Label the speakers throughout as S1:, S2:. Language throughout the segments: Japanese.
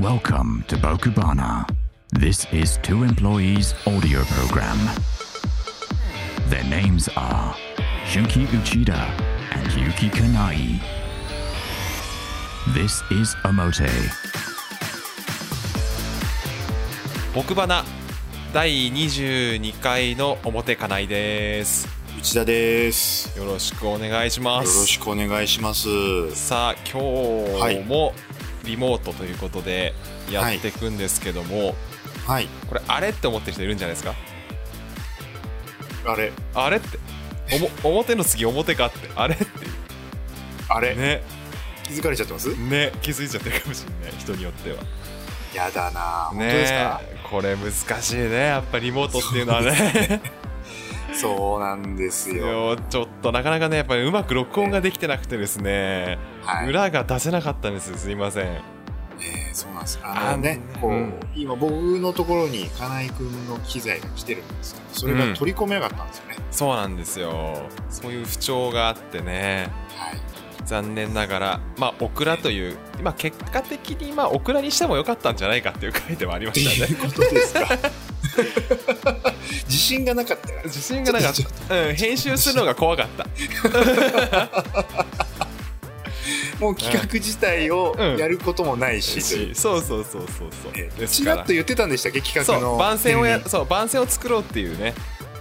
S1: Welcome to Bokubana. This is two employees' audio program. Their names are Shunki Uchida and Yuki Kanai. This is Omote.
S2: 奥花第22回の表かないです
S3: 内田です。
S2: よろしくお願いし
S3: よ
S2: ま
S3: ろ
S2: す
S3: しくお願いします。
S2: さあ今日もリモートということでや
S3: はい
S2: っていくんですけども、
S3: はい。
S2: これあれって思ってる人いるんじゃないですか
S3: あれ、
S2: あれっておも表の次表かってあれっ
S3: あれ、
S2: てね
S3: 気づかれちゃってます
S2: ね気づいちゃってるかもしれない人によっては
S3: やだな、本当です
S2: ね
S3: か
S2: これ難しいねやっぱリモートっていうのはね
S3: そうなんです よ。
S2: よちょっとなかなかねやっぱりうまく録音ができてなくてですね
S3: はい。
S2: 裏が出せなかったんですすいません
S3: ねそうなんです。あのね、
S2: あ
S3: こう、
S2: うん
S3: 今僕のところに金井くんの機材が来てるんですけど、それ
S2: うん
S3: が取り込めなかったんですよね。
S2: そうなんですよそういう不調があってね
S3: はい。
S2: 残念ながらまあオクラというまあ結果的にまあオクラにしても良かったんじゃないかっていう回ではありま
S3: って
S2: した
S3: い
S2: ね
S3: うことですか。 自信がなかったから。
S2: 自信がなかっ
S3: ちょ
S2: た、うん、編集するのが怖かった
S3: もう企画自体を
S2: うん
S3: やることもないし。という
S2: しそうそうそうそうそう
S3: え
S2: で
S3: え
S2: す
S3: ち
S2: からら
S3: っと言ってたんでしたっけ企
S2: そ
S3: 画の。
S2: う番宣をやそう番宣を作ろうっていうね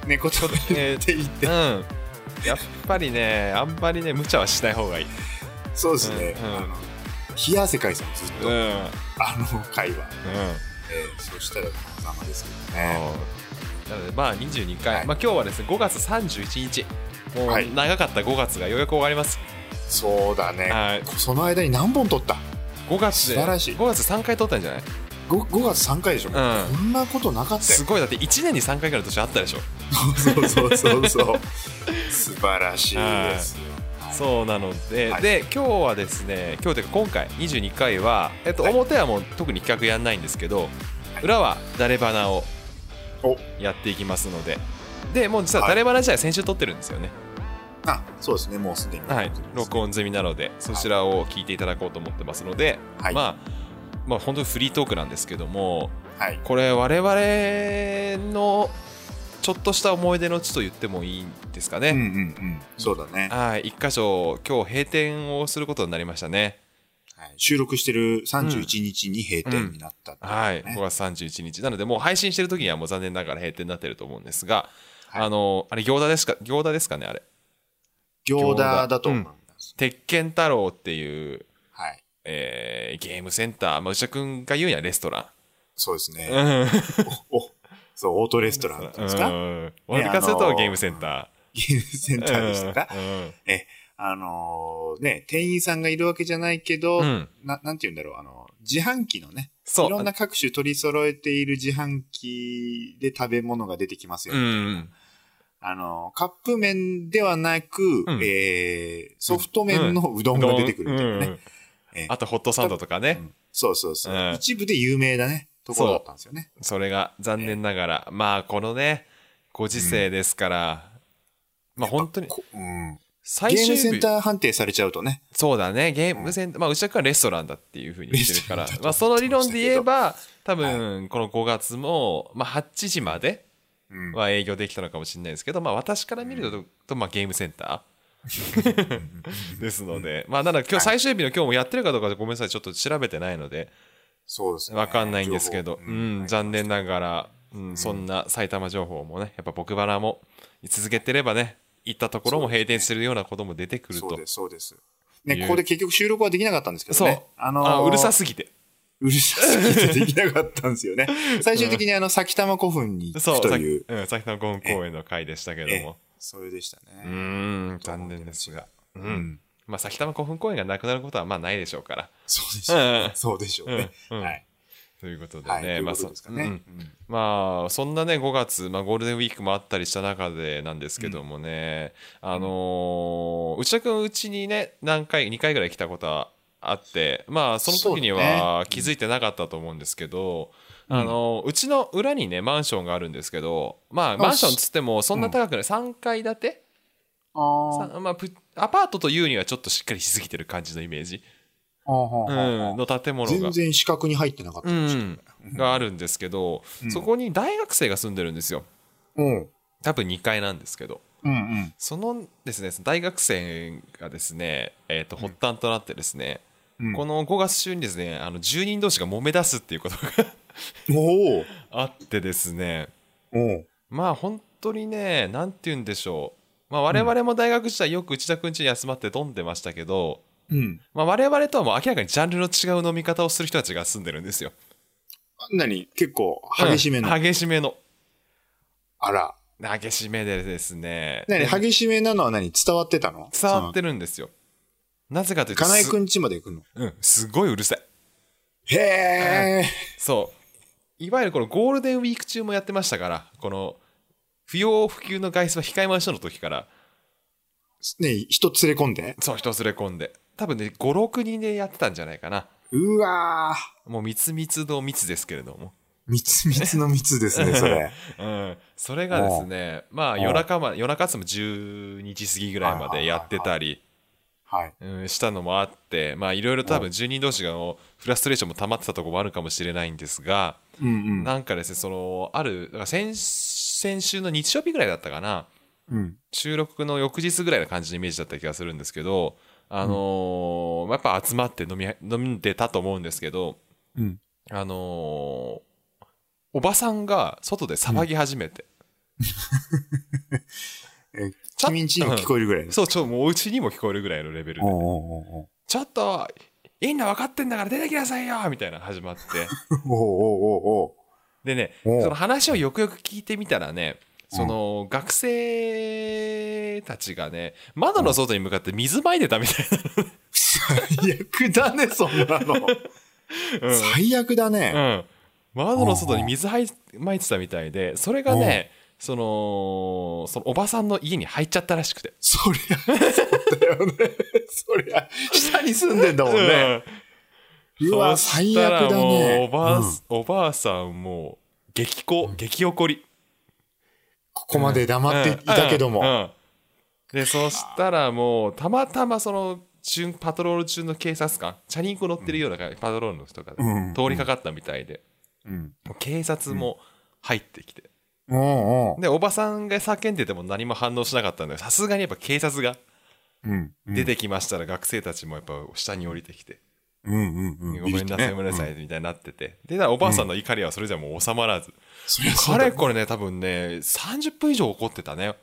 S3: 猫と
S2: えー
S3: って言って
S2: うんやっぱりねあんまりね無茶はしない方がいい
S3: そうですね、
S2: うんうん
S3: あの冷や汗かいてたのずっ
S2: うん
S3: と、
S2: うん
S3: あの会話、えー、そしたら仲間ですけどね
S2: なのでまあ22回、
S3: はい
S2: まあ、今日はですね5月31日も
S3: はいう
S2: 長かった5月がようやく終わります、
S3: そうだね、
S2: はい
S3: その間に何本撮った
S2: 5月で
S3: 素晴らしい
S2: 5月3回撮ったんじゃない
S3: 5, 月3回でしょ、
S2: ん
S3: こんなことなかった
S2: す
S3: よ
S2: ごいだって1年に3回ぐらいの年あったでしょ、
S3: そうそうそ うそう素晴らしいですよ、はい
S2: そうなので、
S3: はい
S2: で今日はですね今日というか今回22回は、えっと、
S3: はい
S2: 表はもう特に企画やんないんですけど、
S3: い
S2: 裏は誰バナを
S3: お
S2: やっていきますのででもう実は
S3: はい
S2: 誰バナ自体先週撮ってるんですよね
S3: あそうですねもうすでに
S2: はい、録音済みなのでそちらを聞いていただこうと思ってますので、
S3: はい
S2: まあまあ本当にフリートークなんですけども
S3: はい
S2: これ我々のちょっとした思い出の地と言ってもいいんですか
S3: うんうん
S2: ね、
S3: うんそうだね、
S2: はい一箇所今日閉店をすることになりましたね
S3: はい、収録してる31日に閉店になったってうね
S2: はい5月31日なのでもう配信してる時にはもう残念ながら閉店になってると思うんですが、
S3: はい
S2: あのあれ行田ですか行田ですかねあれ
S3: 行田だと思います、
S2: 鉄拳太郎っていう、
S3: はい
S2: えーゲームセンター、まあ、内田君が言うにはレストラン
S3: そうですね、
S2: うん
S3: お、そう、オートレストランだったんですか、
S2: うん俺からするとゲームセンタ
S3: ゲームセン
S2: ー。
S3: ターでしたか、
S2: うん
S3: あのーね、店員さんがいるわけじゃないけど、
S2: うん
S3: ななんて言うんだろう、あの、自販機のね、
S2: そう。
S3: いろんな各種取り揃えている自販機で食べ物が出てきますよ、
S2: うん。
S3: あの、カップ麺ではなく、
S2: ん
S3: えー、ソフト麺のうどんが出てくるみたいなね。
S2: うん
S3: ええ
S2: あとホットサンドとかね
S3: う。んそうそうそう、
S2: うん
S3: 一部で有名だね、ところだったんですよね。
S2: それが残念ながら。まあ、このね、ご時世ですから、まあ本当に、
S3: こうん、
S2: 最
S3: ゲー
S2: 終
S3: ムセン
S2: 日。
S3: ター判定されちゃうとね、
S2: そうだね、ゲームセンター、まあ、うちはレストランだっていうふうに言ってるから
S3: レストランだと思って、
S2: まあ、その理論で言えば、多分、この5月も、まあ、8時まで
S3: うん
S2: は営業できたのかもしれないですけど、まあ、私から見ると、まあ、ゲームセンター。ですので、まあ、なので今日最終日の今日もやってるかどうかごめんなさい、ちょっと調べてないので、
S3: そうですね。
S2: わかんないんですけど
S3: 情、報
S2: うん、残念ながら、うん、そんな埼玉情報もね、やっぱ僕バラも続けてればね、行ったところも閉店するようなことも出てくる
S3: そ
S2: と
S3: う。です、そうです。
S2: いう
S3: ね、ここで結局収録はできなかったんですけど
S2: そう
S3: ね。。あのー
S2: あ、うるさすぎて。
S3: うるさすぎてできなかったんですよ ね。最終的にあの、先玉古墳に行
S2: そ
S3: く
S2: う、
S3: と
S2: さ
S3: いう、
S2: うん、さっきのゴン公演の回でしたけども。
S3: それでした
S2: う
S3: ね。
S2: ーん、残念ですが。う。。
S3: うん
S2: まあ、埼玉古墳公演がなくなることはまあないでしょうから。
S3: そうでしょ
S2: う。
S3: うんそうでしょうね。
S2: うんうん
S3: はい。
S2: ということで
S3: はい。と
S2: ね、
S3: いう
S2: まあ、
S3: こと
S2: そ
S3: ですかね。
S2: う
S3: うんん
S2: まあそんなね5月、まあ、ゴールデンウィークもあったりした中でなんですけどもね、あのー内田君うちにね何回2回ぐらい来たことはあってまあその時には気づいてなかったと思うんですけど、
S3: ん
S2: あのーうちの裏にねマンションがあるんですけどまあマンションつってもそんな高くない、3階建て、
S3: あー
S2: さまあ、プアパートというにはちょっとしっかりしすぎてる感じのイメージ。う、
S3: うん
S2: の建物が
S3: 全。然視覚に入ってなかった
S2: う
S3: でし
S2: ん、があるんですけど、
S3: うん
S2: そこに大学生が住んでるんですよ
S3: たうん。
S2: 多分2階なんですけど
S3: うん
S2: そのですね大学生がですね、えー、と発端となってですね、
S3: うん。
S2: こ
S3: の、
S2: の5月中にですねあの住人同士が揉め出すっていうことが
S3: おー
S2: あってですね
S3: おう
S2: まあ本当にねなんて言うんでしょう、まあ、我々も大学時代よく内田くん家に集まって飲んでましたけど、
S3: うん。
S2: まあ、我々とはもう明らかにジャンルの違う飲み方をする人たちが住んでるんですよ
S3: 何結構激しめの。
S2: うん激しめの
S3: あら。
S2: 激しめでですね
S3: 何激しめなのは何伝わってたの
S2: 伝わってるんですよ。なぜかというと、
S3: 金井
S2: す
S3: くん家まで行くの。
S2: うん、すごいうるさい。
S3: へえ。
S2: そう。いわゆるこのゴールデンウィーク中もやってましたから、この、不要不急の外出は控えましょうの時から、
S3: ね人連れ込んで。
S2: そう、人連れ込んで。多分ね、5、6人でやってたんじゃないかな。
S3: うわー
S2: もう密密の密ですけれども。
S3: 密密の密で すね、それ。
S2: うん。それがですね、まあ
S3: うん
S2: 夜中まで、夜中っつっても12時過ぎぐらいまでやってたり、
S3: はい。
S2: うん、したのもあって、まあいろいろ多分住人同士がのフラストレーションも溜まってたところもあるかもしれないんですが、
S3: うんうん。
S2: なんかですね、その、ある、だから先先週の日曜日ぐらいだったかな、
S3: うん。
S2: 収録の翌日ぐらいの感じのイメージだった気がするんですけど、あのーやっぱ集まって飲み、飲んでたと思うんですけど、
S3: うん。
S2: あのーおばさんが外で騒ぎ始めて、
S3: え、
S2: ちょ
S3: 君んちにも聞こえるぐらいです。
S2: そう、ちょ、もううちにも聞こえるぐらいのレベルで、
S3: おうおうおうおう
S2: ちょっと、いいの分かってんだから出てきなさいよみたいな始まって。
S3: おうおうおう
S2: でね、
S3: おう
S2: その話をよくよく聞いてみたらね、その学生たちがね、窓の外に向かって水まいてたみたい
S3: 最悪だね、そんなの。
S2: な。
S3: 最悪だ
S2: う
S3: ね。
S2: ん。窓の外に水はいまいてたみたいで、それがね、その、そのおばさんの家に入っちゃったらしくて。
S3: そりゃ、そうだよね。そりゃ、下に住んでんだもんね。
S2: うん
S3: うわ、
S2: そ
S3: 最
S2: し
S3: 悪
S2: たら
S3: だ
S2: もう。
S3: ね
S2: おばあ、
S3: うん
S2: おばあさんも、激怒、激怒り。
S3: ここまで黙っていたけど
S2: うんう
S3: も。
S2: んでそしたらもうたまたまその中パトロール中の警察官チャリンコ乗ってるようなパトロールの人が
S3: うん
S2: 通りかかったみたいで、
S3: うん。
S2: もう警察も入ってきて、
S3: うんうん。
S2: でおばさんが叫んでても何も反応しなかったんでさすがにやっぱ警察が
S3: うん。
S2: 出てきましたら学生たちもやっぱ下に降りてきて、
S3: うんうんうん。
S2: ごめんなさいごめんなさ
S3: う。
S2: いみたいになっててでだからおばあさんの怒りはそれじゃもう収まらず、
S3: そりゃそう
S2: か
S3: だ
S2: れこれね多分ね30分以上怒ってたね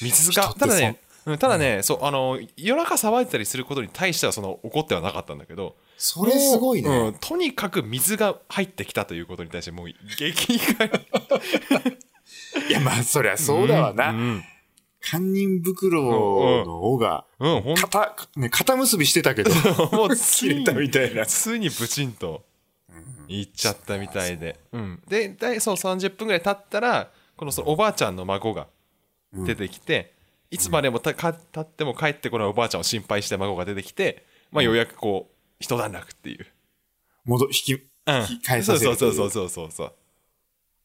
S2: 水
S3: 人
S2: 塚
S3: って
S2: ただねうんただね、そうあの夜中騒いでたりすることに対してはその怒ってはなかったんだけど
S3: それすごいね。
S2: うん、とにかく水が入ってきたということに対してもう激怒り
S3: いや、まあ、そりゃそうだわ
S2: う
S3: な。
S2: ん、
S3: 堪忍袋の尾が、
S2: うんうんほん
S3: かた、ね、肩結びして たけど、
S2: と もうつい
S3: 切れ
S2: に
S3: たみたいな。
S2: ついにブチンといっちゃったみたいで、うん、で大そう30分ぐらい経ったらこのそのおばあちゃんの孫が
S3: うん
S2: 出てきて、いつまでもたか経っても帰ってこないおばあちゃんを心配して孫が出てきて、まあ、ようやくこう一段落っていう、
S3: 戻、引き、
S2: うん、
S3: 引き返させると
S2: そ
S3: いうう
S2: そうそうそうそう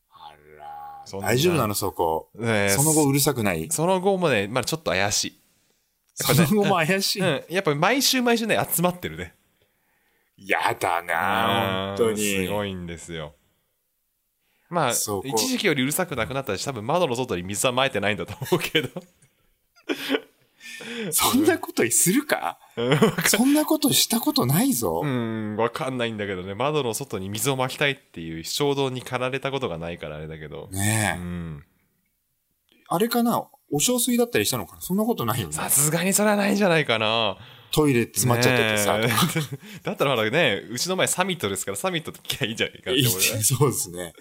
S3: あら
S2: そんな
S3: 大丈夫なの、そこ。
S2: そう、ねえ
S3: その後うるさくない。
S2: その後もねまだちょっと怪し
S3: その後も怪し
S2: い、
S3: い。
S2: うん、やっぱ毎週毎週ね集まってるね
S3: やだな
S2: うん
S3: 本当
S2: す
S3: に。
S2: ごいんですよまあ
S3: そこ
S2: 一時期よりうるさくなくなったし多分窓の外に水はまいてないんだと思うけど
S3: そんなことするか
S2: うん
S3: そんなことしたことないぞ
S2: う。んわかんないんだけどね窓の外に水をまきたいっていう衝動に駆られたことがないからあれだけど、う
S3: ねえ。
S2: ん
S3: あれかなお小水だったりしたのかなそんなことないよね。
S2: さすがにそれはないんじゃないかな
S3: トイレ詰まっちゃっててさ。
S2: ねえ だったらまだねうちの前サミットですからサミットって聞きゃいいんじゃないかって思う
S3: そうですね。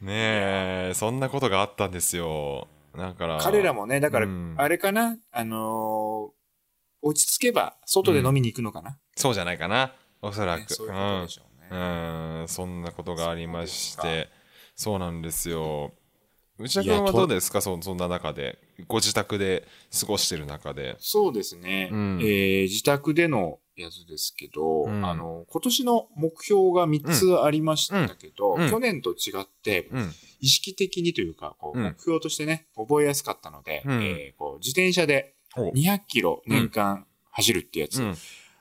S2: ねえそんなことがあったんですよだから
S3: 彼らもね、だから
S2: うん、
S3: あれかなあのー、落ち着けば、外で飲みに行くのかな
S2: そうじゃないかなおそら
S3: ね
S2: く
S3: そういうことでしょう
S2: う
S3: ね。
S2: んうんそんなことがありましてそうなんですよ内田
S3: いや
S2: 君は
S3: と
S2: どうですかそそんな中でご自宅で過ごしてる中で
S3: そうですね。
S2: うん
S3: えー自宅でのやつですけど、
S2: うん
S3: あの、今年の目標が3つありましたけど、
S2: うんうん
S3: 去年と違って、
S2: うん
S3: 意識的にというか、こう、
S2: うん
S3: 目標としてね、覚えやすかったので、
S2: うん
S3: えーこう自転車で
S2: お
S3: 200キロ年間走るってやつ、
S2: うん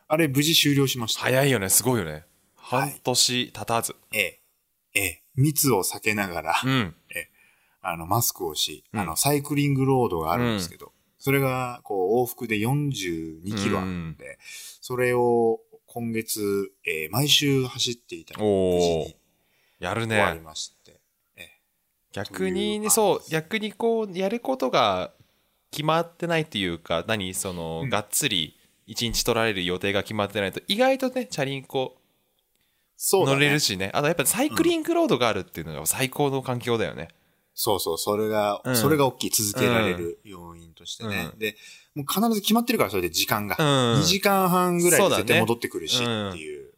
S3: あれ無事終了しました。
S2: 早いよね、すごいよね。
S3: はい
S2: 半年経たず。
S3: ええ、ええ、密を避けながら、
S2: うん。
S3: あの、マスクをし、
S2: うん
S3: あの、サイクリングロードがあるんですけど、それが、こう、往復で42キロあるんで、それを今月、えー毎週走っていたら、無
S2: おー
S3: 事に
S2: やる
S3: 終わり
S2: ね。
S3: まして、
S2: 逆
S3: という感じで
S2: に、
S3: す
S2: そう、逆にこう、やることが決まってないっていうか、何、その、
S3: うん
S2: がっつり、一日取られる予定が決まってないと、意外とね、チャリンコ
S3: そうだ
S2: 乗
S3: ね
S2: れるしね。あと、やっぱサイクリングロードがあるっていうのが最高の環境だよね。
S3: そうそう、それが、
S2: うん
S3: それが大きい、続けられる要因としてね。
S2: うん
S3: で、もう必ず決まってるから、それで時間が。
S2: うん。
S3: 2時間半ぐらいで絶
S2: そうだね
S3: 対戻ってくるしっていう、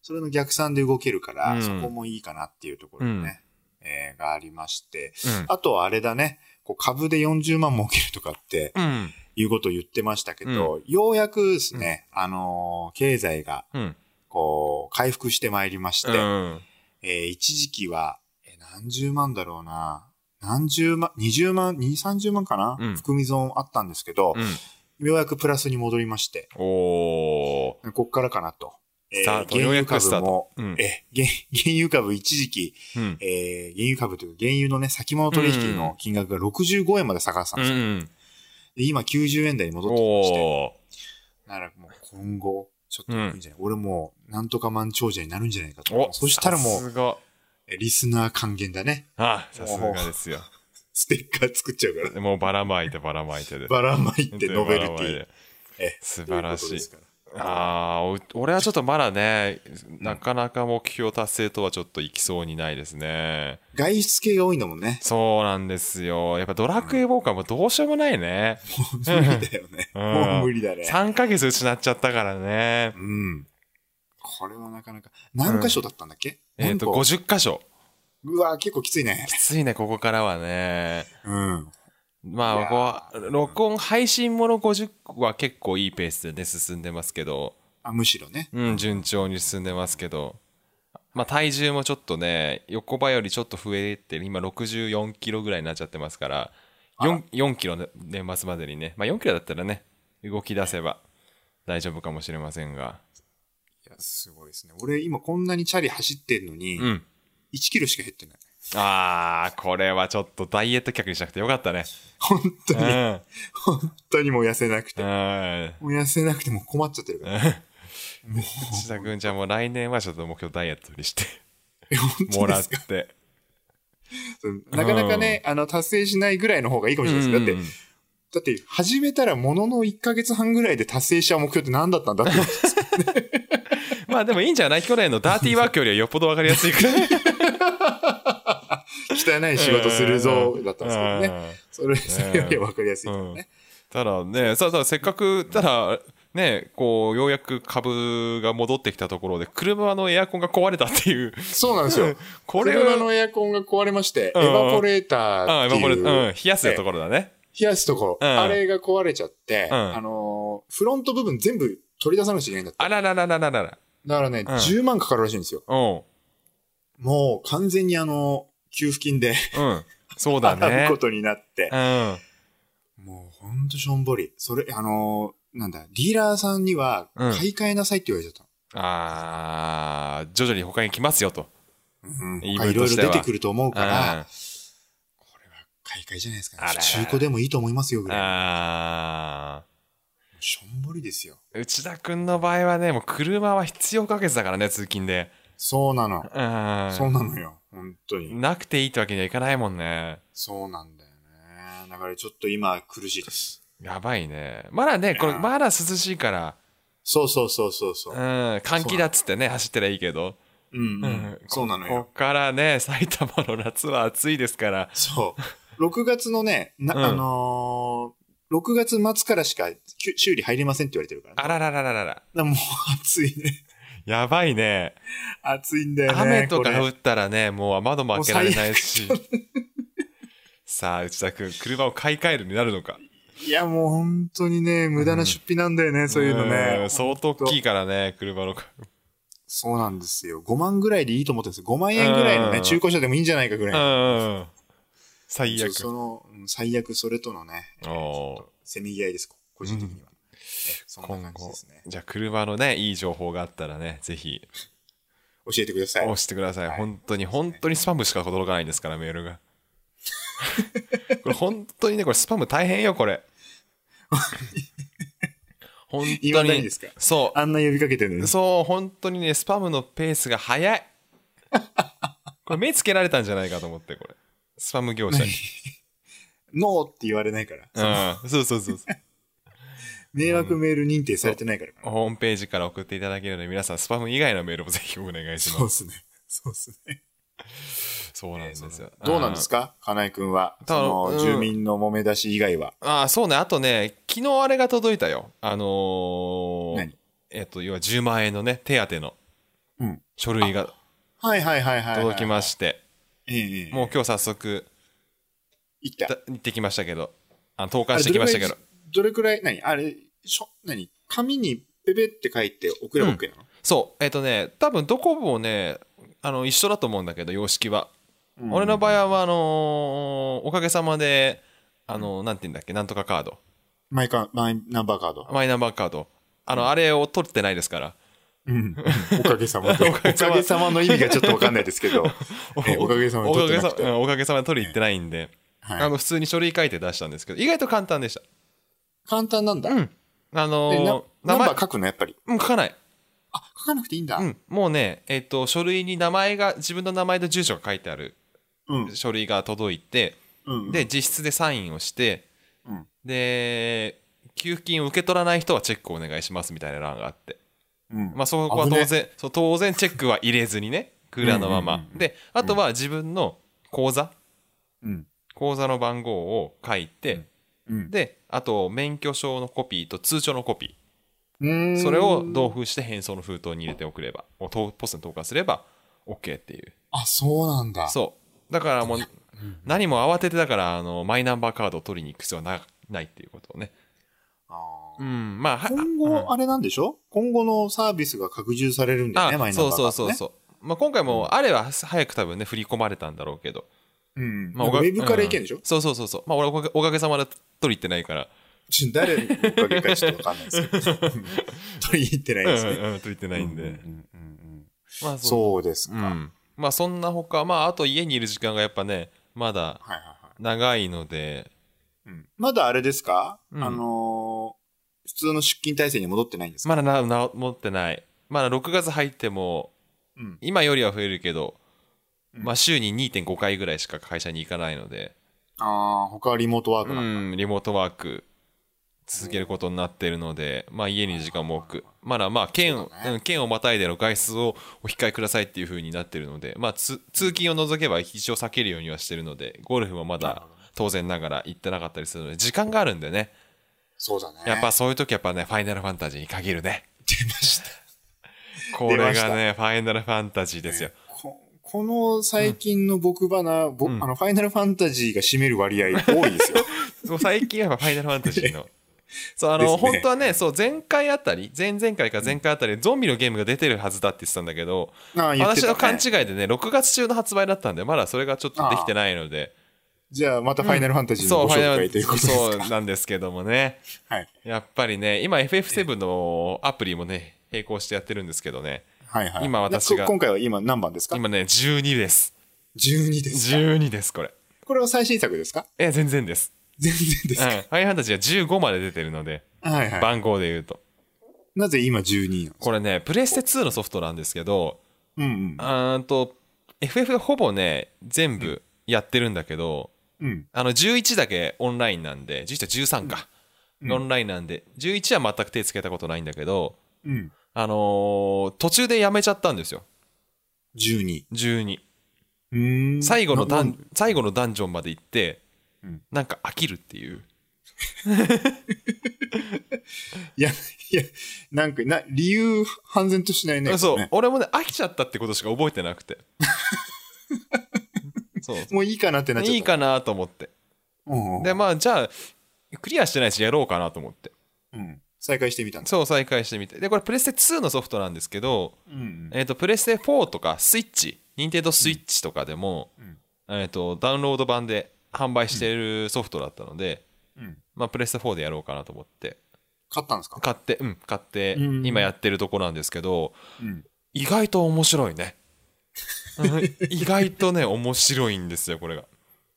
S3: それの逆算で動けるから、
S2: うん
S3: そこもいいかなっていうところでね、えーがありまして、
S2: うん
S3: あとはあれだね、こう株で40万儲けるとかって
S2: うん。
S3: いうことを言ってましたけど、ようやくですね、あのー経済が
S2: うん。
S3: こう回復してまいりまして、
S2: うん。
S3: えー一時期は、えー何十万だろうな、何十万、20万、2、30万かな、
S2: うん
S3: 含み損あったんですけど、
S2: うん。
S3: ようやくプラスに戻りまして、
S2: おー。
S3: こっからかなと。え
S2: スタート
S3: 原
S2: よう
S3: 油
S2: やくスタート
S3: 株も、
S2: うん
S3: え 原原油株一時期、
S2: うん。
S3: えー原油株というか原油のね、先物取引の金額が65円まで下がってたん
S2: う
S3: ですよ。
S2: ん。
S3: で今90円台に戻ってきまして、
S2: おー。
S3: ならもう今後、ちょっといいんじゃない、俺もうなんとか満長者になるんじゃないかと
S2: お。
S3: そしたらも
S2: さ
S3: う
S2: すが。
S3: え、リスナー還元だね。
S2: あ、さすがですよ。
S3: ステッカー作っちゃうから。
S2: もうばらまいてばらまいてで。
S3: ばらまいて ノベル
S2: ば
S3: テ
S2: らまい
S3: ィ。
S2: て
S3: え
S2: 素晴らしい。
S3: とうことですから
S2: ああ、お俺はちょっとまだね、なかなか目標達成とはちょっといきそうにないですね。
S3: 外出系が多いんだもんね。
S2: そうなんですよ。やっぱドラクエウォーカーもどうしようもないね。
S3: 無理だよね。
S2: うん
S3: もう無理だね。
S2: 3ヶ月失っちゃったからね。
S3: うん。これはなかなか。何箇所だったんだっけ、
S2: えっと、
S3: 何個
S2: 50箇所。
S3: うわ、結構きついね
S2: き。ついね、ここからはね。
S3: うん。い
S2: まあ、
S3: や
S2: ここは、録音、配信もの50は結構いいペースでね、進んでますけど。
S3: あむしろね。
S2: うん、順調に進んでますけど、まあ、体重もちょっとね、横ばいよりちょっと増えて、今64キロぐらいになっちゃってますから、4, 4キロね年末までにね、まあ、4キロだったらね、動き出せば大丈夫かもしれませんが、
S3: いや、すごいですね。俺今こんなにチャリ走ってんのに、
S2: うん。
S3: 1キロしか減ってない。
S2: あー、これはちょっとダイエット客にしなくてよかったね。
S3: 本当
S2: う
S3: に、本
S2: ん。
S3: 当にもう痩せなく
S2: う
S3: て。
S2: ん。
S3: もう痩せなくてもう困っちゃってるから。
S2: 内田君じゃあもう来年はちょっと目標ダイエットにして
S3: え本
S2: も
S3: 当
S2: ら
S3: で
S2: っ
S3: すか
S2: て。
S3: そうなかなかね、あの、達成しないぐらいの方がいいかもしれないです。だって、だって始めたらものの1ヶ月半ぐらいで達成した目標って何だったんだって。
S2: まあでもいいんじゃない去年のダーティーワークよりはよっぽどわかりやすいくらい。
S3: 汚い仕事するぞ、だったんですけどね。
S2: ね。
S3: それ、それよりは分かりやすいからね。
S2: ただね、ささせっかく、ただ、ね、こう、ようやく株が戻ってきたところで、車のエアコンが壊れたっていう、
S3: そうなんですよ。
S2: これ
S3: 車
S2: は、
S3: のエアコンが壊れまして、
S2: うん
S3: エバポレータ
S2: あ
S3: ー
S2: あ
S3: って
S2: 今これ、
S3: いう、
S2: うん、
S3: 冷
S2: 冷やすところだね。
S3: やすとこ、
S2: うん
S3: あれが壊れちゃって、
S2: うん
S3: あのーフロント部分全部取り出さなくちゃいけないんだって。
S2: あららららららら。
S3: だからね、
S2: うん
S3: 10万かかるらしいんですよ。
S2: うん。
S3: もう完全にあの、給付金で
S2: うん。そうだ
S3: 払
S2: ね
S3: うこ。とになって
S2: う、ん。
S3: もうほんとしょんぼり。それ、あのーなんだ、ディーラーさんには
S2: うん
S3: 買い替えなさいって言われちゃったの。
S2: ああ、徐々に他に来ますよと。
S3: うん、
S2: 言い
S3: 他
S2: 分
S3: い
S2: と
S3: ろい
S2: し
S3: ろ
S2: ては
S3: 出てくると思う
S2: う
S3: か
S2: ん。
S3: ら
S2: あ、
S3: これは買い替えじゃないですか、
S2: あら
S3: ね
S2: ら。ら
S3: 中古でもいいと思いますよ、ぐらい。
S2: あ。
S3: しょんぼりですよ。
S2: 内田君の場合はね、もう車は必要不可欠だからね、通勤で。
S3: そうなの。
S2: うん。
S3: そうなのよ。本当に。
S2: なくていいってわけにはいかないもんね。
S3: そうなんだよね。だからちょっと今苦しいです。
S2: やばいね。まだね、これ、
S3: うん
S2: まだ涼しいから、
S3: そうそうそうそうそうう。
S2: ん、換気だっつってね、走ってりゃいいけど、
S3: うん、うん。そうなの
S2: こ
S3: よ。
S2: っからね、埼玉の夏は暑いですから、
S3: そう。6月のね、な、
S2: うん
S3: あのー、6月末からしかきゅ修理入れませんって言われてるから、ね。
S2: あらららららら、
S3: だからもう暑いね。
S2: やばいね。
S3: 暑いんだよね。
S2: 雨とか
S3: こ
S2: 降
S3: れ
S2: ったらね、もう窓も開けられないし。さあ、内田君、車を買い替えるになるのか。
S3: いや、もう本当にね、無駄な出費なんだよね、 そういうのね。
S2: ん相当大きいからね、車の。
S3: そうなんですよ。5万ぐらいでいいと思ってるんですよ。5万円ぐらいの
S2: うん
S3: ね、中古車でもいいんじゃないかぐらいの。
S2: うん。最
S3: ちょ
S2: 悪。
S3: その、うん最悪それとのね、えー
S2: おー
S3: ちょっとせめぎ合いです、こ個人的には。そんな感じですね。
S2: じゃあ車のね、いい情報があったらね、ぜひ
S3: 教えてください。
S2: 押してください。
S3: はい
S2: 本当に、本当にスパムしか届かないんですから、メール が。これ本当にね、これスパム大変よ、こ れ。本
S3: 言
S2: 当
S3: わないん
S2: に
S3: ですか。
S2: そ
S3: あんな呼びかけてるの
S2: う。
S3: に。
S2: そう、本当にね、スパムのペースが早 い。これ目つけられたんじゃないかと思って、これ。スパム業 者に。
S3: ノーって言われないから。
S2: うん。そうそうそうそう。
S3: 迷惑メール認定されてないからかな。
S2: ホームページから送っていただけるので、皆さん、スパム以外のメールもぜひお願いし
S3: そう
S2: ま。
S3: ですすね。そうですね。
S2: そうなんですよ。
S3: どうなんです
S2: か
S3: か金井くんは。
S2: た
S3: そ
S2: だうん
S3: の、住民の揉め出し以外は。
S2: ああ、そうね。あとね、昨日あれが届いたよ。あのー
S3: 何
S2: えっと、要は10万円のね、手当の
S3: うん
S2: 書類が
S3: はいはいはいはいはい。
S2: 届きま
S3: し
S2: して、
S3: た。ええ。
S2: もう今日早速、
S3: 行った
S2: だ。行ってきましたけど、あの投
S3: あ
S2: 函
S3: れ
S2: してきましたけど、。
S3: どれくらい、何あれ、しょ、何紙にペペって書いて送れば OK なの
S2: そう、えっとね、多分どこもね、あの、一緒だと思うんだけど、様式は。
S3: うん
S2: 俺の場合は、あのーおかげさまで、あのーなんて言うんだっけ、なんとかカード。
S3: マイカ、マイナンバーカード。
S2: マイナンバーカード。あの、あれを取ってないですから。
S3: うん。おかげさまで。
S2: お
S3: お
S2: かげさま
S3: かげさまの意味がちょっとわかんないですけど。えおかげさまで
S2: おか
S3: 取っ
S2: げ
S3: てな
S2: さ
S3: くて
S2: まうんおかげさまで取り行ってないんで、
S3: はい
S2: あの、普通に書類書いて出したんですけど、意外と簡単でし
S3: 簡単なんだ。
S2: た。うん。あ
S3: で
S2: の
S3: な
S2: ー、
S3: ナ
S2: 名
S3: ンバ
S2: 前、
S3: ー書くの、やっぱり。
S2: うん、書かない。
S3: あ、書かなくていいんだ。
S2: う。ん。もうね、えっと、書類に名前が、自分の名前と住所が書いてある
S3: うん。
S2: 書類が届いて、
S3: うん、
S2: で、実質でサインをして、
S3: うん
S2: で、給付金を受け取らない人はチェックお願いしますみたいな欄があって。
S3: うん。
S2: まあ、そこは
S3: 危ね
S2: 当然、そう当然チェックは入れずにね、クーラーのま
S3: うんうん
S2: ま
S3: うん。うん
S2: で、あとは自分の口座、
S3: うん。
S2: 口座の番号を書いて、
S3: うん。
S2: で、あと免許証のコピーと通帳のコピ
S3: うーん
S2: ー、それを同封して返送の封筒に入れて送れば、おとポストに投函すれば OK っていう。
S3: あ、そうなんだ。
S2: そう。だからもう、何も慌ててだから、あの、マイナンバーカードを取りに行く必要はなないっていうことをね。
S3: あ
S2: う
S3: ー
S2: ん、まあ、は
S3: 今
S2: うん
S3: 後、あれなんでしょ今後のサービスが拡充されるんだよね、マイナン
S2: そ
S3: バー
S2: う
S3: カード
S2: そ
S3: ね
S2: うそうそう。まあ、今回も、あれは早く多分ね、振り込まれたんだろうけど。
S3: うん。
S2: ま
S3: ま
S2: あ
S3: あ、
S2: おか
S3: ウェブからいけんでしょ、
S2: うんそうそうそうそう。まあ、俺おかげ、おかげさまで取り行ってないから。
S3: ちょ誰のおかげかちょっとわかんないです けど。取り入ってないですね。
S2: うんうん取り行ってないんで。
S3: ううんうんうん
S2: まあ、う。
S3: そうですか。
S2: う
S3: はい
S2: ん。まあ、そんなほか、まあ、あと家にいる時間がやっぱね、まだ
S3: はいはい。
S2: 長いので、
S3: うんまだあれですか、
S2: うん
S3: あのー普通の出勤体制に戻ってないんですか、
S2: まだな、な、持ってない。まだ6月入っても、
S3: うん
S2: 今よりは増えるけど、
S3: うん
S2: まあ、週に2.5回ぐらいしか会社に行かないので、
S3: ああ、他はリモートワーク
S2: う
S3: な、
S2: ん、リモートワーク続けることになってるので、まあ家に時間も多く、まだまあ県
S3: そう
S2: を、
S3: だね
S2: うん県をまたいでの外出をお控えくださいっていう風になってるので、まあつ通勤を除けば一応避けるようにはしてるので、ゴルフもま
S3: なる
S2: だ
S3: ほどね
S2: 当然ながら行ってなかったりするので、時間があるんでね、
S3: そうだね。
S2: やっ ぱそういう時やっぱね、ファイナルファンタジーに限るね。
S3: 出ました。
S2: これ
S3: 出まし
S2: が
S3: た
S2: ね、ファイナルファンタジーですよ。
S3: ここの最近の僕花、ぼ
S2: うん
S3: あの、ファイナルファンタジーが占める割合多いですよ。
S2: もう最近はやっぱファイナルファンタジー の。そう、あ
S3: です
S2: の、
S3: ね
S2: 本当はね、そう、前回あたり、前々回か前回あたり、ゾンビのゲームが出てるはずだって言ってたんだけど、
S3: ああ、言っ
S2: 私
S3: てた、ね。
S2: の勘違いでね、6月中の発売だったんで、まだそれがちょっとできてないので、
S3: じゃあ、またファイナルファンタジー
S2: そ
S3: の
S2: う、
S3: ご
S2: ファイナ
S3: 紹
S2: ル
S3: 介ということですか。
S2: そうなんですけどもね、
S3: はい。
S2: やっぱりね、今 FF7 のアプリもね、並行してやってるんですけどね、
S3: はいはい。
S2: 今私が
S3: なこ今回は今何番ですか
S2: 今ね、12です。
S3: 12ですか。
S2: 12です、これ。
S3: これは最新作ですか
S2: え、全然です。
S3: 全然で
S2: うん。
S3: す
S2: フ
S3: か、
S2: ァイナルファンタジーは15まで出てるので、
S3: はいはい。
S2: 番号で言うと。
S3: なぜ今12なの
S2: これね、プレステ2のソフトなんですけど、
S3: うん
S2: あーんと、FF ほぼね、全部やってるんだけど、
S3: うん。うん。
S2: あの、11だけオンラインなんで、11は13か。
S3: うん
S2: オンラインなんで、11は全く手つけたことないんだけど、
S3: うん。
S2: あのー途中でやめちゃったんですよ。
S3: 12。
S2: 12。
S3: うーん
S2: 最後のダ
S3: 段
S2: ン、最後のダンジョンまで行って
S3: うん、
S2: なんか飽きるっていう。
S3: いや、いや、なんか、な、理由、半然としないね。
S2: そ
S3: これ
S2: う
S3: ね。
S2: 俺もね、飽きちゃったってことしか覚えてなく て。そう。
S3: もういいかなってなっちゃった。
S2: いいかなと思って。
S3: うんうん。
S2: で、まあ、じゃあ、クリアしてないしやろうかなと思って。
S3: うん。再開してみたんだ。
S2: そう、再開してみて。で、これプレステ2のソフトなんですけど、
S3: うん
S2: えっ、と、プレステ4とかスイッチ、ニンテンドースイッチとかでも、
S3: うん
S2: えっ、と、ダウンロード版で販売しているソフトだったので、
S3: うん。
S2: まあ、プレステ4でやろうかなと思って。
S3: 買ったんですか
S2: 買って、うん、買って、
S3: うん
S2: 今やってるとこなんですけど、
S3: うん。
S2: 意外と面白い ね。うん意外とね、面白いんですよ、これが。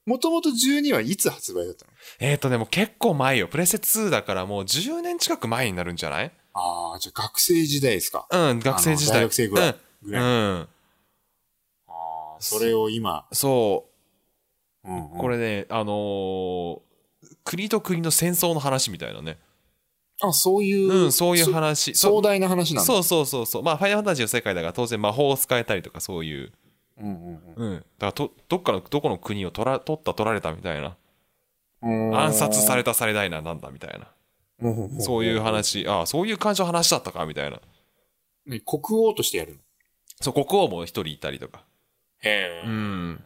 S3: もともと12はいつ発売だったの
S2: えっ、ー、とね、もう結構前よ。プレセ2だからもう10年近く前になるんじゃない
S3: ああ、じゃあ学生時代ですか。
S2: うん、学生時代。
S3: あの大学生ぐらい。ぐ
S2: うん
S3: らい。あ
S2: うん。
S3: あ、それを今。
S2: そう。
S3: うんうん
S2: これね、あのー国と国の戦争の話みたいなね。
S3: あ、そういう。
S2: うん、そういう話。
S3: そ壮大な話なんだ。
S2: そうそうそうそう。まあ、ファイナルファンタジーの世界だから当然魔法を使えたりとかそういう。
S3: うんうん
S2: うん。だからと、どっかの、どこの国を取ら、取った取られたみたいな。
S3: うん。
S2: 暗殺さ
S3: れ
S2: れたされないな、なんだみたいな。
S3: る
S2: そういう。話、ああ、そういう感じの話だったか、みたいな。
S3: ね国王としてやるの。
S2: そう、国王も一人いたりとか。
S3: へ
S2: うん。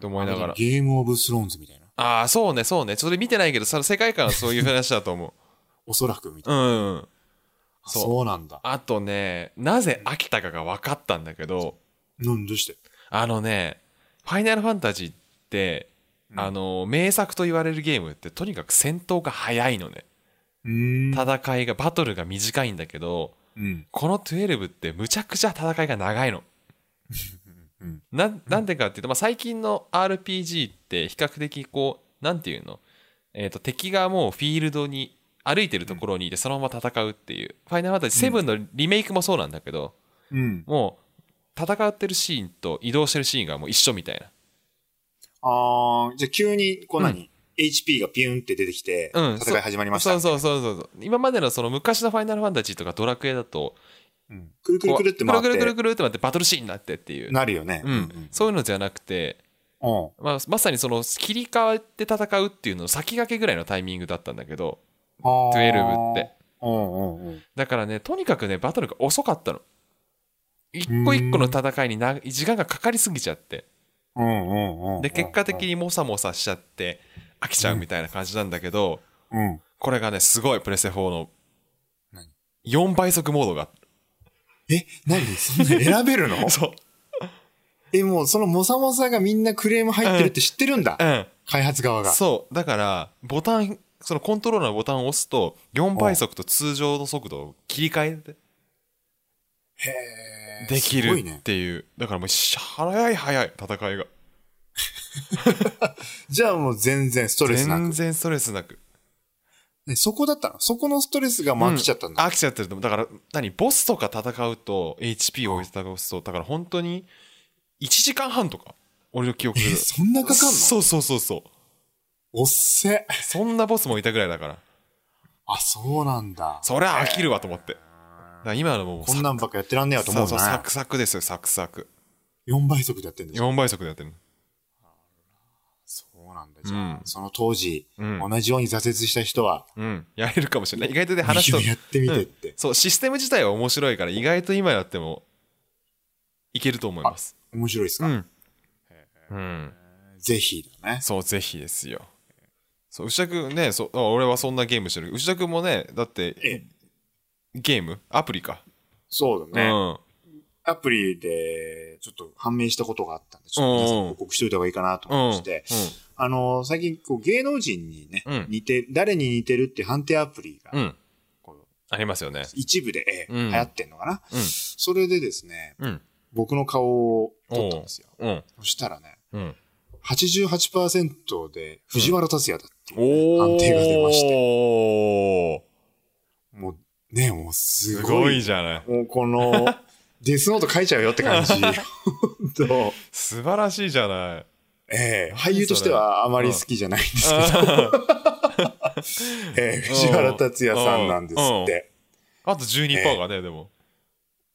S2: と思いながら。
S3: ゲームオブスローンズみたいな。
S2: ああ、そうね、そうね。それ見てないけど、その世界観はそういう話だと思
S3: おそらくみた
S2: う。
S3: いな。
S2: うん。
S3: あ
S2: そう
S3: そうなんだ。
S2: あとね、なぜ飽きたかが分かったんだけど、
S3: なんどうして
S2: あのね、ファイナルファンタジーって、
S3: うん
S2: あの、名作と言われるゲームって、とにかく戦闘が早いのね。
S3: うーん。
S2: 戦いが、バトルが短いんだけど、
S3: うん。
S2: この12ってむちゃくちゃ戦いが長いの。
S3: うん。
S2: ななんでかっていうと、まあ、最近の RPG って比較的こうなんていうの、えー、と敵がもうフィールドに歩いてるところにいてそのまま戦うっていう「ファイナルファンタジー7」のリメイクもそうなんだけど、
S3: うん。
S2: もう戦ってるシーンと移動してるシーンがもう一緒みたい
S3: ああ、じゃあ急に、こう何、?HP がピュンって出てきて、
S2: うん
S3: 戦い始まりま
S2: な
S3: した
S2: そう
S3: みたい
S2: そ
S3: な。
S2: うそうそうそう今までのその昔の「ファイナルファンタジー」とか「ドラクエ」だと
S3: うんくるくるくるって回っ
S2: こうくるくる
S3: て、
S2: くるくるって回ってバトルシーンになってっていう、
S3: なるよね。
S2: うんそういうのじゃなくて、
S3: うん。うん
S2: まあ、まさにその切り替わって戦うっていうのの先駆けぐらいのタイミングだったんだけど
S3: あー
S2: 12って。
S3: うんうんうん。
S2: だからね、とにかくね、バトルが遅かったの。一個一個の戦いにな時間がかかりすぎちゃって。
S3: うんうんうん。
S2: で、結果的にもさもさしちゃって、飽きちゃうみたいな感じなんだけど、
S3: うん。うん。
S2: これがね、すごい、プレステ4の
S3: 何
S2: 4倍速モードがあっ
S3: え、何 そんな選べるの
S2: た そう。
S3: え、もうそのモサモサがみんなクレーム入ってるって知ってるんだ。
S2: う
S3: 開発側が
S2: ん。。そう。だから、ボタン、そのコントローラーのボタンを押すと、4倍速と通常の速度を切り替え
S3: へー
S2: てでき
S3: すごい
S2: るっ
S3: ね。
S2: ていう。だからもう、しゃ早い早い、戦いが。
S3: じゃあもう全然ストレスな
S2: 全
S3: く。
S2: 然ストレスなく。
S3: ねそこだったのそこのストレスがもう飽きちゃったんだ。
S2: 飽きちゃってると思うだから何ボスとか戦うと HP を戦うとだから本当に1時間半とか俺の記憶
S3: え、そんなかかんの
S2: そうそうそうそう
S3: おっせ。
S2: そんなボスもいたぐらいだから
S3: あ、そうなんだ。
S2: そりゃ飽きるわと思ってだから今のもう
S3: こんなんばっかやってらんねえよと思う
S2: そうそうサ
S3: な。
S2: クサクですよサクサク
S3: 4倍速でやってんでしょ
S2: 4倍速でやってる
S3: そうなんだ。じゃあ
S2: うん
S3: その当時、
S2: うん
S3: 同じように挫折した人は、
S2: うんやれるかもしれない意外とね話と
S3: いややってみてって。
S2: そうシステム自体は面白いから意外と今やってもいけると思います
S3: 面白いです
S2: う
S3: か
S2: んうん
S3: ぜひだね。
S2: そう、ぜひですよ。そう、牛田君ね、そうあ俺はそんなゲームしてる。牛田君もね、だって
S3: え、
S2: ゲームアプリか。
S3: そうだ
S2: う
S3: ね。
S2: ん。
S3: アプリでちょっと判明したことがあったんで、ちょっと皆さんに報告しておいた方がいいかなと思いまして、あの、最近こう芸能人にね、
S2: うん
S3: 似て、誰に似てるって判定アプリが、
S2: うん。うん。
S3: こう
S2: ありますよね。
S3: 一部で、ええ
S2: うん
S3: 流行ってんのかな、
S2: うん
S3: それでですね、
S2: うん。
S3: 僕の顔を撮ったんですよ。
S2: うん。
S3: そしたらね、
S2: うん。
S3: 88%で藤原達也だっていう
S2: お
S3: ね、
S2: ー。
S3: 判定が出まして、
S2: て。
S3: もうね、もうす
S2: す
S3: ご
S2: ご
S3: い、
S2: いじゃない。
S3: もう この、デスノート書いちゃうよって感じ。本当
S2: 素晴らしいじゃない。
S3: ええ俳優としてはあまり好きじゃないんですけど、
S2: あ
S3: えー藤原達也さんなんですって。
S2: あと12%がね、でも。
S3: うん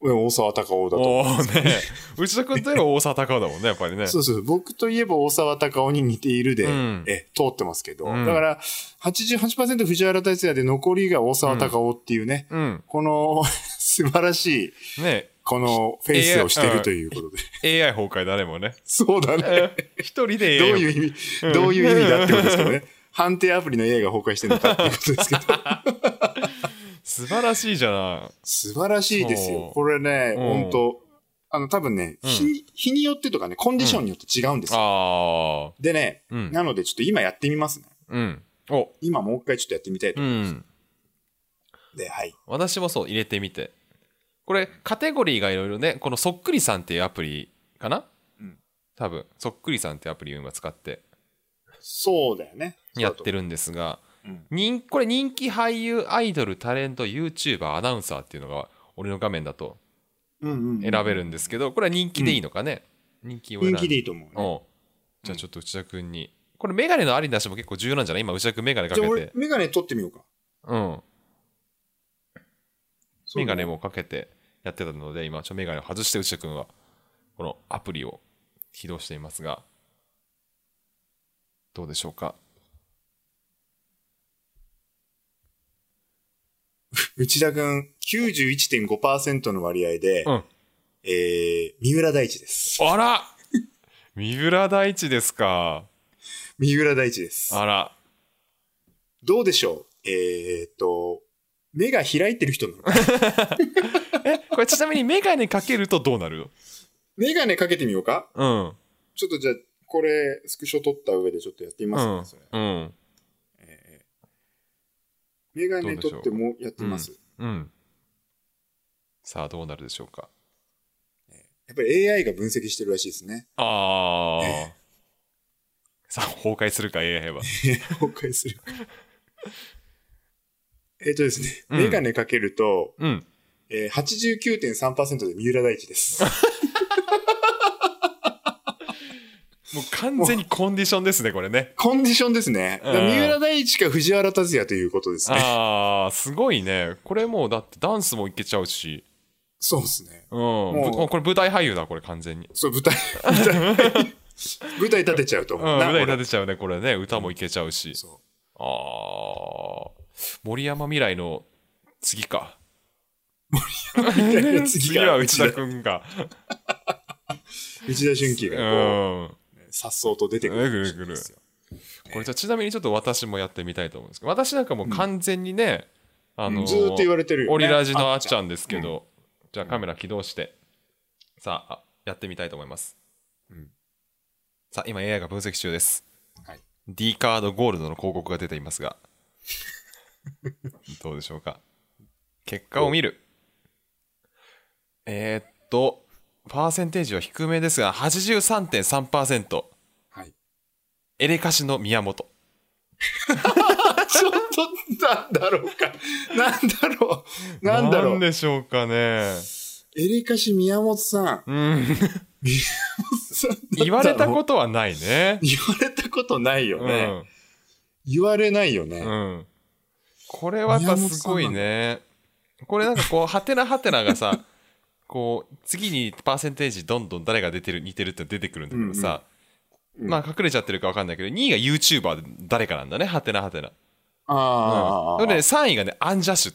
S3: 大沢たかおだと
S2: お
S3: 思
S2: お
S3: うんですよ
S2: ーね。内田君といえば大沢たかおだもんね、やっぱりね。
S3: そうそう。僕といえば大沢たかおに似ているで、
S2: うん
S3: えー通ってますけど。
S2: うん
S3: だから、88%藤原達也で残りが大沢たかおっていうね、
S2: うん。
S3: この 素晴らしい、
S2: ね
S3: このフェイスをしてるということで。
S2: AI 崩壊だね、 もうね。
S3: そうだね。
S2: 一人で
S3: どう
S2: AI を
S3: いう
S2: う
S3: 意
S2: ん
S3: 味、どういう意味だってことですけどね。 判定アプリの AI が崩壊してるのかっていうこと ですけど。
S2: 素晴らしいじゃない。
S3: 素晴らしいです
S2: そ
S3: よ
S2: う。
S3: これね、
S2: うん
S3: 本当あの、多分ね、
S2: うん
S3: 日、日によってとかね、コンディションによって違うんですよ。
S2: ああ。
S3: でね、
S2: うん。
S3: なのでちょっと今やってみますね。
S2: うん。お。
S3: 今もう一回ちょっとやってみたいと
S2: う
S3: 思います。
S2: ん。
S3: で、はい。
S2: 私もそう、入れてみて。これ、カテゴリーがいろいろね、このそっくりさんっていうアプリかな
S3: うん
S2: 多分、そっくりさんっていうアプリを今使って
S3: そうだよね。
S2: やって
S3: る。
S2: るんですが、
S3: うん
S2: 人これ人気俳優、アイドル、タレント、YouTuber、アナウンサーっていうのが、俺の画面だと
S3: うんうん。
S2: 選べるんですけど、これは人気でいいのかね、人気を選ん
S3: 人
S2: で
S3: 気でいいと思う、ね。
S2: おうじゃあちょっと内田君に。これメガネのありなしも結構重要なんじゃない今内田君メガネか
S3: じ
S2: け
S3: ゃあ俺
S2: て、。
S3: メガネ取ってみようか。
S2: うん。
S3: そう
S2: メガネ。もかけてやってたので、今、ちょメガネを外して内田君は、このアプリを起動していますが、どうでしょうか
S3: 内田君、91.5%の割合で、
S2: うん
S3: えー、三浦大知です。
S2: あ ら三浦大知ですか。
S3: 三浦大知です。
S2: あら。
S3: どうでしょうえー、っと、目が開いてる 人なの
S2: え、これちなみにメガネかけるとどうなる
S3: メガネかけてみようか
S2: うん。
S3: ちょっとじゃあ、これ、スクショ取った上でちょっとやってみま
S2: う
S3: すね、
S2: ん
S3: そ
S2: う
S3: れ。
S2: ん。
S3: えーメガネ
S2: どうでし
S3: 取
S2: ょ
S3: っ
S2: う
S3: てもやってみます。
S2: うん。さあ、どうなるでしょうか。
S3: やっぱり AI が分析してるらしいですね。
S2: あ
S3: え
S2: あ。さあ、崩壊するか、AI は。
S3: 崩壊する。えっとですね、
S2: うん
S3: メガネかけると、
S2: うん。
S3: えー、89.3%で三浦大知です。
S2: もう完全にコンディションですね、これね。
S3: コンディションですね。
S2: うん
S3: 三浦大知か藤原達也ということですね。
S2: ああ、すごいね。これもうだってダンスもいけちゃうし。
S3: そうですね。
S2: うん。
S3: う
S2: ぶこれ舞台俳優だ、これ完全に。
S3: そう、舞台、舞台、 舞台立てちゃうと
S2: うん、
S3: 思う。
S2: 舞
S3: な
S2: 台
S3: 俺
S2: 立てちゃうね、これね。歌もいけちゃうし。
S3: そ
S2: ああ。森山未来の次か。
S3: う。みたい な次
S2: 次
S3: か
S2: は
S3: ら
S2: 内
S3: 内
S2: 田
S3: 田
S2: くんが。
S3: 内田俊樹
S2: う
S3: がこ
S2: ん。
S3: う、颯爽と出てくる。
S2: ぐるぐるこれじゃあちなみにちょっと私もやってみたいと思うんですけど、私なんかもう完全にね、あのー
S3: ずーっと言われてるよね。
S2: オリラジのあっちゃ
S3: ん。
S2: んですけど、じゃあカメラ起動して、さあ、あやってみたいと思います。
S3: うん
S2: さあ、今 AI が分析中です。
S3: はい、
S2: D カードゴールドの広告が出ています が、どうでしょうか。結果を見る。えー、っと、パーセンテージは低めですが、83.3%、
S3: はい。
S2: エレカシの宮本。
S3: ちょっと、なんだろうか。なんだろう。なんだろう。
S2: でしょうかね。
S3: エレカシ宮本さん。
S2: うん、
S3: さなんだろう
S2: 言われたことはないね。
S3: 言われたことないよ
S2: う
S3: ね。
S2: ん
S3: 言われないよね。
S2: うん。これはやっぱすごいね。これなんかこう、ハテナハテナがさ、 こう、次にパーセンテージどんどん誰が出てる、似てるって出てくるんだけどさ、
S3: うんうん
S2: まあ隠れちゃってるかわかんないけど、2位が YouTuber で誰かなんだね、ハテナハテナ。
S3: ああ、
S2: それで3位がね、アンジャッシュ。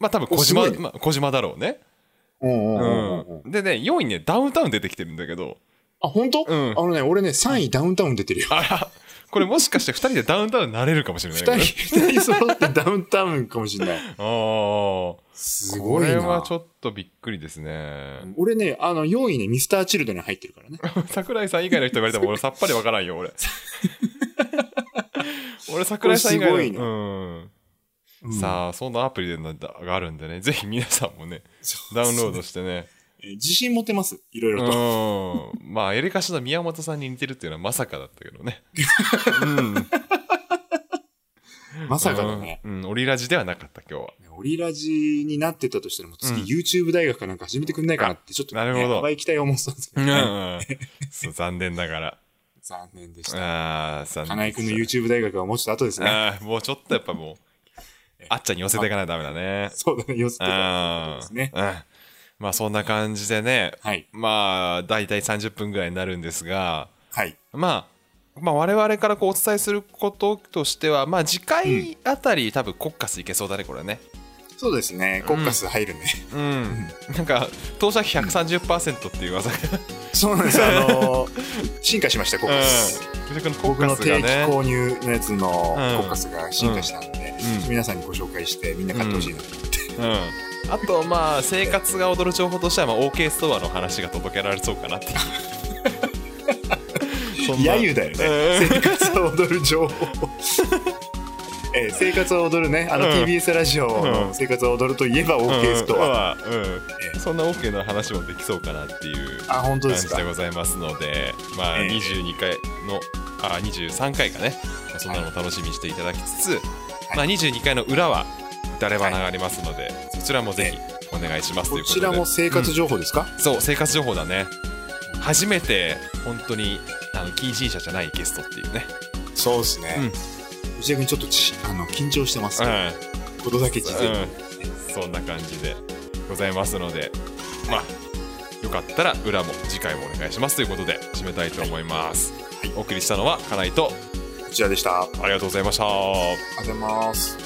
S2: まあ多分小
S3: お
S2: 島、
S3: すごいね
S2: まあ、小島だろうね。
S3: うんうんうんうんうん。
S2: うん。でね、4位ね、ダウンタウン出てきてるんだけど、
S3: あ、本当？
S2: うん
S3: あのね、俺ね、3位ダウンタウン出てるよ。
S2: あら、これもしかして2人でダウンタウンになれるかもしれないね。
S3: 二人、二人揃ってダウンタウンかもしれない。
S2: ああ。
S3: すごい
S2: こ
S3: な。
S2: れはちょっとびっくりですね。
S3: 俺ね、あの、4位ね、ミスターチルドに入ってるからね。
S2: 桜井さん以外の人言われても俺さっぱりわからんよ 俺俺桜井さん以外の
S3: これすごいな
S2: うん、さあそんなアプリでなんだがあるんでねぜひ皆さんもね
S3: そう
S2: ダウンロードしてね
S3: えー自信持てます。いろいうろと。
S2: んまあエレカシの宮本さんに似てるっていうのはまさかだったけどねうん
S3: まさかのね、
S2: うん、うんオリラジではなかった今日は
S3: オリラジになってたとしたら、もう次
S2: うん
S3: YouTube 大学かなんか始めてくんないかなって、ちょっと、ね、
S2: なるほど
S3: 幅行きたい思ってたんですけ
S2: う
S3: ど、
S2: ん
S3: ね
S2: うんそう残念ながら
S3: 残念でした。
S2: ああ残
S3: 金
S2: 念
S3: 井くんの YouTube 大学はもうちょっと後ですね。
S2: あーもうちょっとやっぱもうあっちゃんに寄せていかないとダメだね
S3: そうだね、寄せてから
S2: あ
S3: ですね。
S2: うん。まあそんな感じでね、
S3: はい。
S2: まあ大体30分ぐらいになるんですが、
S3: はい。
S2: まあ、まあ我々からこうお伝えすることとしては、まあ次回あたり多分コッカスいけそうだね、これね。
S3: そうですね、コッカス入るね。
S2: うん。なんか、投射費130%っていう技が、
S3: そうなんです。あのー進化しました、コッカス。
S2: 藤井君のコ
S3: 僕
S2: ッ
S3: の
S2: カスが
S3: 定期
S2: ね。
S3: 購入のやつのコッカスが進化したんで、
S2: うん
S3: 皆さんにご紹介してみんな買ってほしいなと思って、
S2: うん。あと、まあ、生活が踊る情報としては、まあ、OK ストアの話が届けられそうかな っていう。そんな
S3: 揶揄だよね、
S2: うん
S3: 生活を踊る情報えー生活を踊るね、あ
S2: う
S3: の
S2: ん
S3: TBS ラジオ
S2: う
S3: の
S2: ん
S3: 生活を踊るといえば OK ストア。
S2: ア、うんうんそんな OK の話もできそうかなっていう
S3: あ、本当
S2: 感
S3: です
S2: じ
S3: か
S2: で。ございますので、まあ、
S3: ええ
S2: 22回の、あ、23回かね、まあそんなのも楽しみにしていただきつつ、まあ、22回の裏は、誰花がありますので、そちらもぜひお願いしますと
S3: こ
S2: いうこと
S3: ち
S2: で。
S3: らも生活情報ですか、
S2: そう、生活情報だね。初めて、本当に、あの、近親者じゃないゲストっていうね。
S3: そうですね。内田君ちょっとちあの緊張してます
S2: う
S3: けど、
S2: ん。
S3: ことだけ事前に、
S2: うん、そんな感じでございますので、まあ、よかったら裏も次回もお願いしますということで締めたいと思います、
S3: はい
S2: お送りしたのはかなと
S3: こちらでした。あり
S2: ありがとうございました
S3: がとうございます。